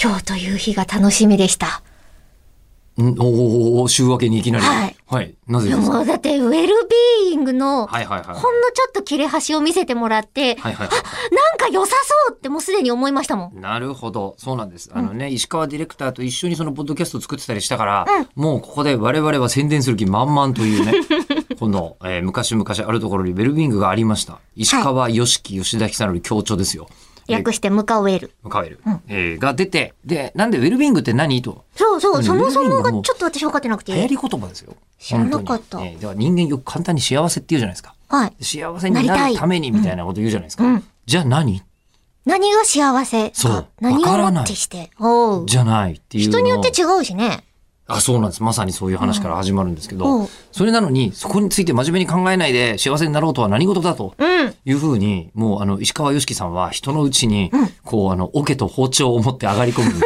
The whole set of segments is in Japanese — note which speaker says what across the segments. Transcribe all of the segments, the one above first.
Speaker 1: 今日という日が楽しみでした。
Speaker 2: んおおお週明けにいきなり。
Speaker 1: はい。
Speaker 2: なぜ
Speaker 1: い
Speaker 2: で
Speaker 1: や
Speaker 2: すか
Speaker 1: もうだって、ウェルビーイングの、ほん
Speaker 2: はいはいはい。
Speaker 1: のちょっと切れ端を見せてもらって、
Speaker 2: はいはいはい
Speaker 1: なんか良さそうってもうすでに思いましたもん。
Speaker 2: なるほど。そうなんです。あのね、石川ディレクターと一緒にそのポッドキャストを作ってたりしたから、もうここで我々は宣伝する気満々というね、 この、えー昔々あるところにベルビングがありました。石川、吉木、吉田久典協調ですよ。
Speaker 1: 略して、ムカウェル。
Speaker 2: カウェル、えーが出て、で、なんでウェルビングって何と。
Speaker 1: そうそ
Speaker 2: でも
Speaker 1: う、そもそ
Speaker 2: ウェルビーイング
Speaker 1: も
Speaker 2: は
Speaker 1: が
Speaker 2: もう
Speaker 1: ちょっと私分かってなくて。
Speaker 2: 流行り言葉ですよ。
Speaker 1: 知らなかった
Speaker 2: 本当にえーだから人間よく簡単に幸せって言うじゃないですか。
Speaker 1: はい。
Speaker 2: 幸せに
Speaker 1: なり
Speaker 2: な
Speaker 1: たい
Speaker 2: るためにみたいなこと言うじゃないですか。
Speaker 1: うんうん
Speaker 2: じゃあ何
Speaker 1: 何が幸せか。
Speaker 2: そう
Speaker 1: 何
Speaker 2: わか
Speaker 1: を
Speaker 2: ら
Speaker 1: も
Speaker 2: ない
Speaker 1: ってして。おう
Speaker 2: じゃないっていうのを
Speaker 1: 人によって違うしね。
Speaker 2: あ、そうなんです。まさにそういう話から始まるんですけど、
Speaker 1: うん
Speaker 2: それなのに、そこについて真面目に考えないで幸せになろうとは何事だと。
Speaker 1: うん。
Speaker 2: いうふうに、もうあの、石川良樹さんは人のうちに、こうあの、桶と包丁を持って上がり込む。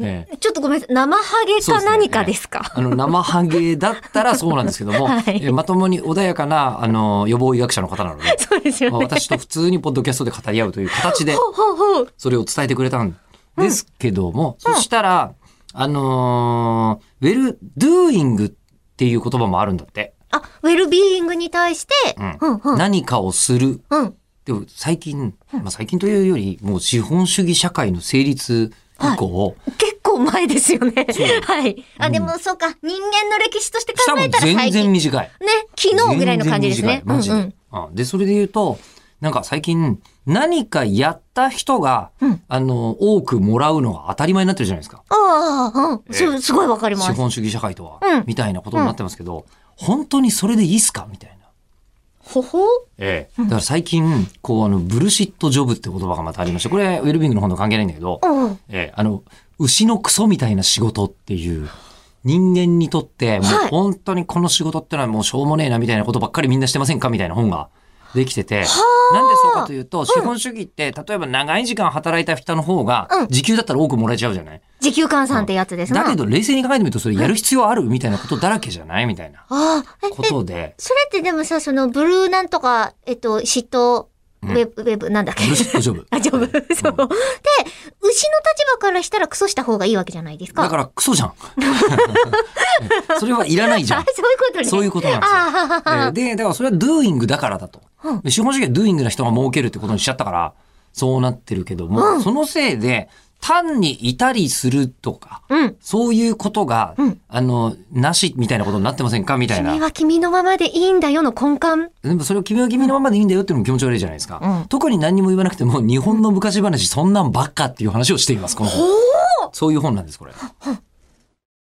Speaker 2: ええ
Speaker 1: ちょっとごめんなさい。生ハゲ
Speaker 2: そう
Speaker 1: か
Speaker 2: ですね
Speaker 1: 何かですか。
Speaker 2: あの、生ハゲだったらそうなんですけども、
Speaker 1: はい
Speaker 2: えまともに穏やかな、あの、予防医学者の方な ので、
Speaker 1: そうです
Speaker 2: ま
Speaker 1: よ
Speaker 2: あ
Speaker 1: ね。
Speaker 2: 私と普通にポッドキャストで語り合うという形で、
Speaker 1: ほうほうほう。
Speaker 2: それを伝えてくれたんですけども、そしたら、あのー、ウェルドゥーイングっていう言葉もあるんだって。
Speaker 1: あ、ウェルビーイングに対して、
Speaker 2: うん
Speaker 1: うんうん。
Speaker 2: 何かをする。
Speaker 1: うん。
Speaker 2: でも最近、まあ、最近というより、もう資本主義社会の成立以降、
Speaker 1: 結構前ですよね
Speaker 2: そう。
Speaker 1: はい。あ、
Speaker 2: うん
Speaker 1: でもそうか。人間の歴史として
Speaker 2: しか
Speaker 1: 考
Speaker 2: も
Speaker 1: えたら
Speaker 2: 全
Speaker 1: 最近。
Speaker 2: 然
Speaker 1: ね、
Speaker 2: 短い。
Speaker 1: 昨日ぐらいの感じですね。
Speaker 2: 全然短いマジで、
Speaker 1: うんうん。
Speaker 2: あで、それで言うと、なんか最近、何かやった人が、
Speaker 1: うん
Speaker 2: あの、多くもらうのが当たり前になってるじゃないですか。
Speaker 1: ああ、うん。そう、すごいわかりま
Speaker 2: 資
Speaker 1: す。
Speaker 2: 本主義社会とは、
Speaker 1: うん
Speaker 2: みたいなことになってますけど、本当にそれでいいっすかみたいな。
Speaker 1: ほほう
Speaker 2: ええ、だから最近、こう、あの、ブルシットジョブって言葉がまたありまして、これ、ウェルビングの本と関係ないんだけど、
Speaker 1: うん。
Speaker 2: ええ、あの、牛のクソみたいな仕事っていう、人間にとって、もう
Speaker 1: はい
Speaker 2: 本当にこの仕事ってのはもうしょうもねえなみたいなことばっかりみんなしてませんかみたいな本ができてて、なんでそうかというと、資本主義って、例えば長い時間働いた人の方が
Speaker 1: うん、
Speaker 2: 時給だったら多くもらえちゃうじゃない、
Speaker 1: 時給換算ってやつですな。
Speaker 2: だけど、冷静に考えてみると、それやる必要あるみたいなことだらけじゃないみたいな
Speaker 1: ああ、え、
Speaker 2: こ
Speaker 1: え
Speaker 2: とで、
Speaker 1: それってでもさ、そのブルーなんとか、えっと、嫉妬、ウェブ、ウェブ、なんだっけ
Speaker 2: ブルシットジョブ。
Speaker 1: あ、ジョブ、そう。で、牛の立場からしたらクソした方がいいわけじゃないですか。、
Speaker 2: だかららクソじゃん。 それはいらないじゃ
Speaker 1: あ
Speaker 2: ん、。
Speaker 1: そういうことね。
Speaker 2: そういうことなんですよ。
Speaker 1: あ
Speaker 2: え
Speaker 1: あ、
Speaker 2: ーで、だからそれは doing だからだと
Speaker 1: うん。
Speaker 2: で資本主義は doing な人が儲けるってことにしちゃったから、そうなってるけども、そのせいで、単にいたりするとか、
Speaker 1: うん。
Speaker 2: そういうことが、
Speaker 1: うん
Speaker 2: あの、なしみたいなことになってませんかみたいな
Speaker 1: 君。は君のままでいいんだよの根幹。
Speaker 2: でもそれを君は君のままでいいんだよっていうのも気持ち悪いじゃないですか。
Speaker 1: うん
Speaker 2: 特に何にも言わなくても、日本の昔話そんなんばっかっていう話をしています、この本。そういう本なんです、これ。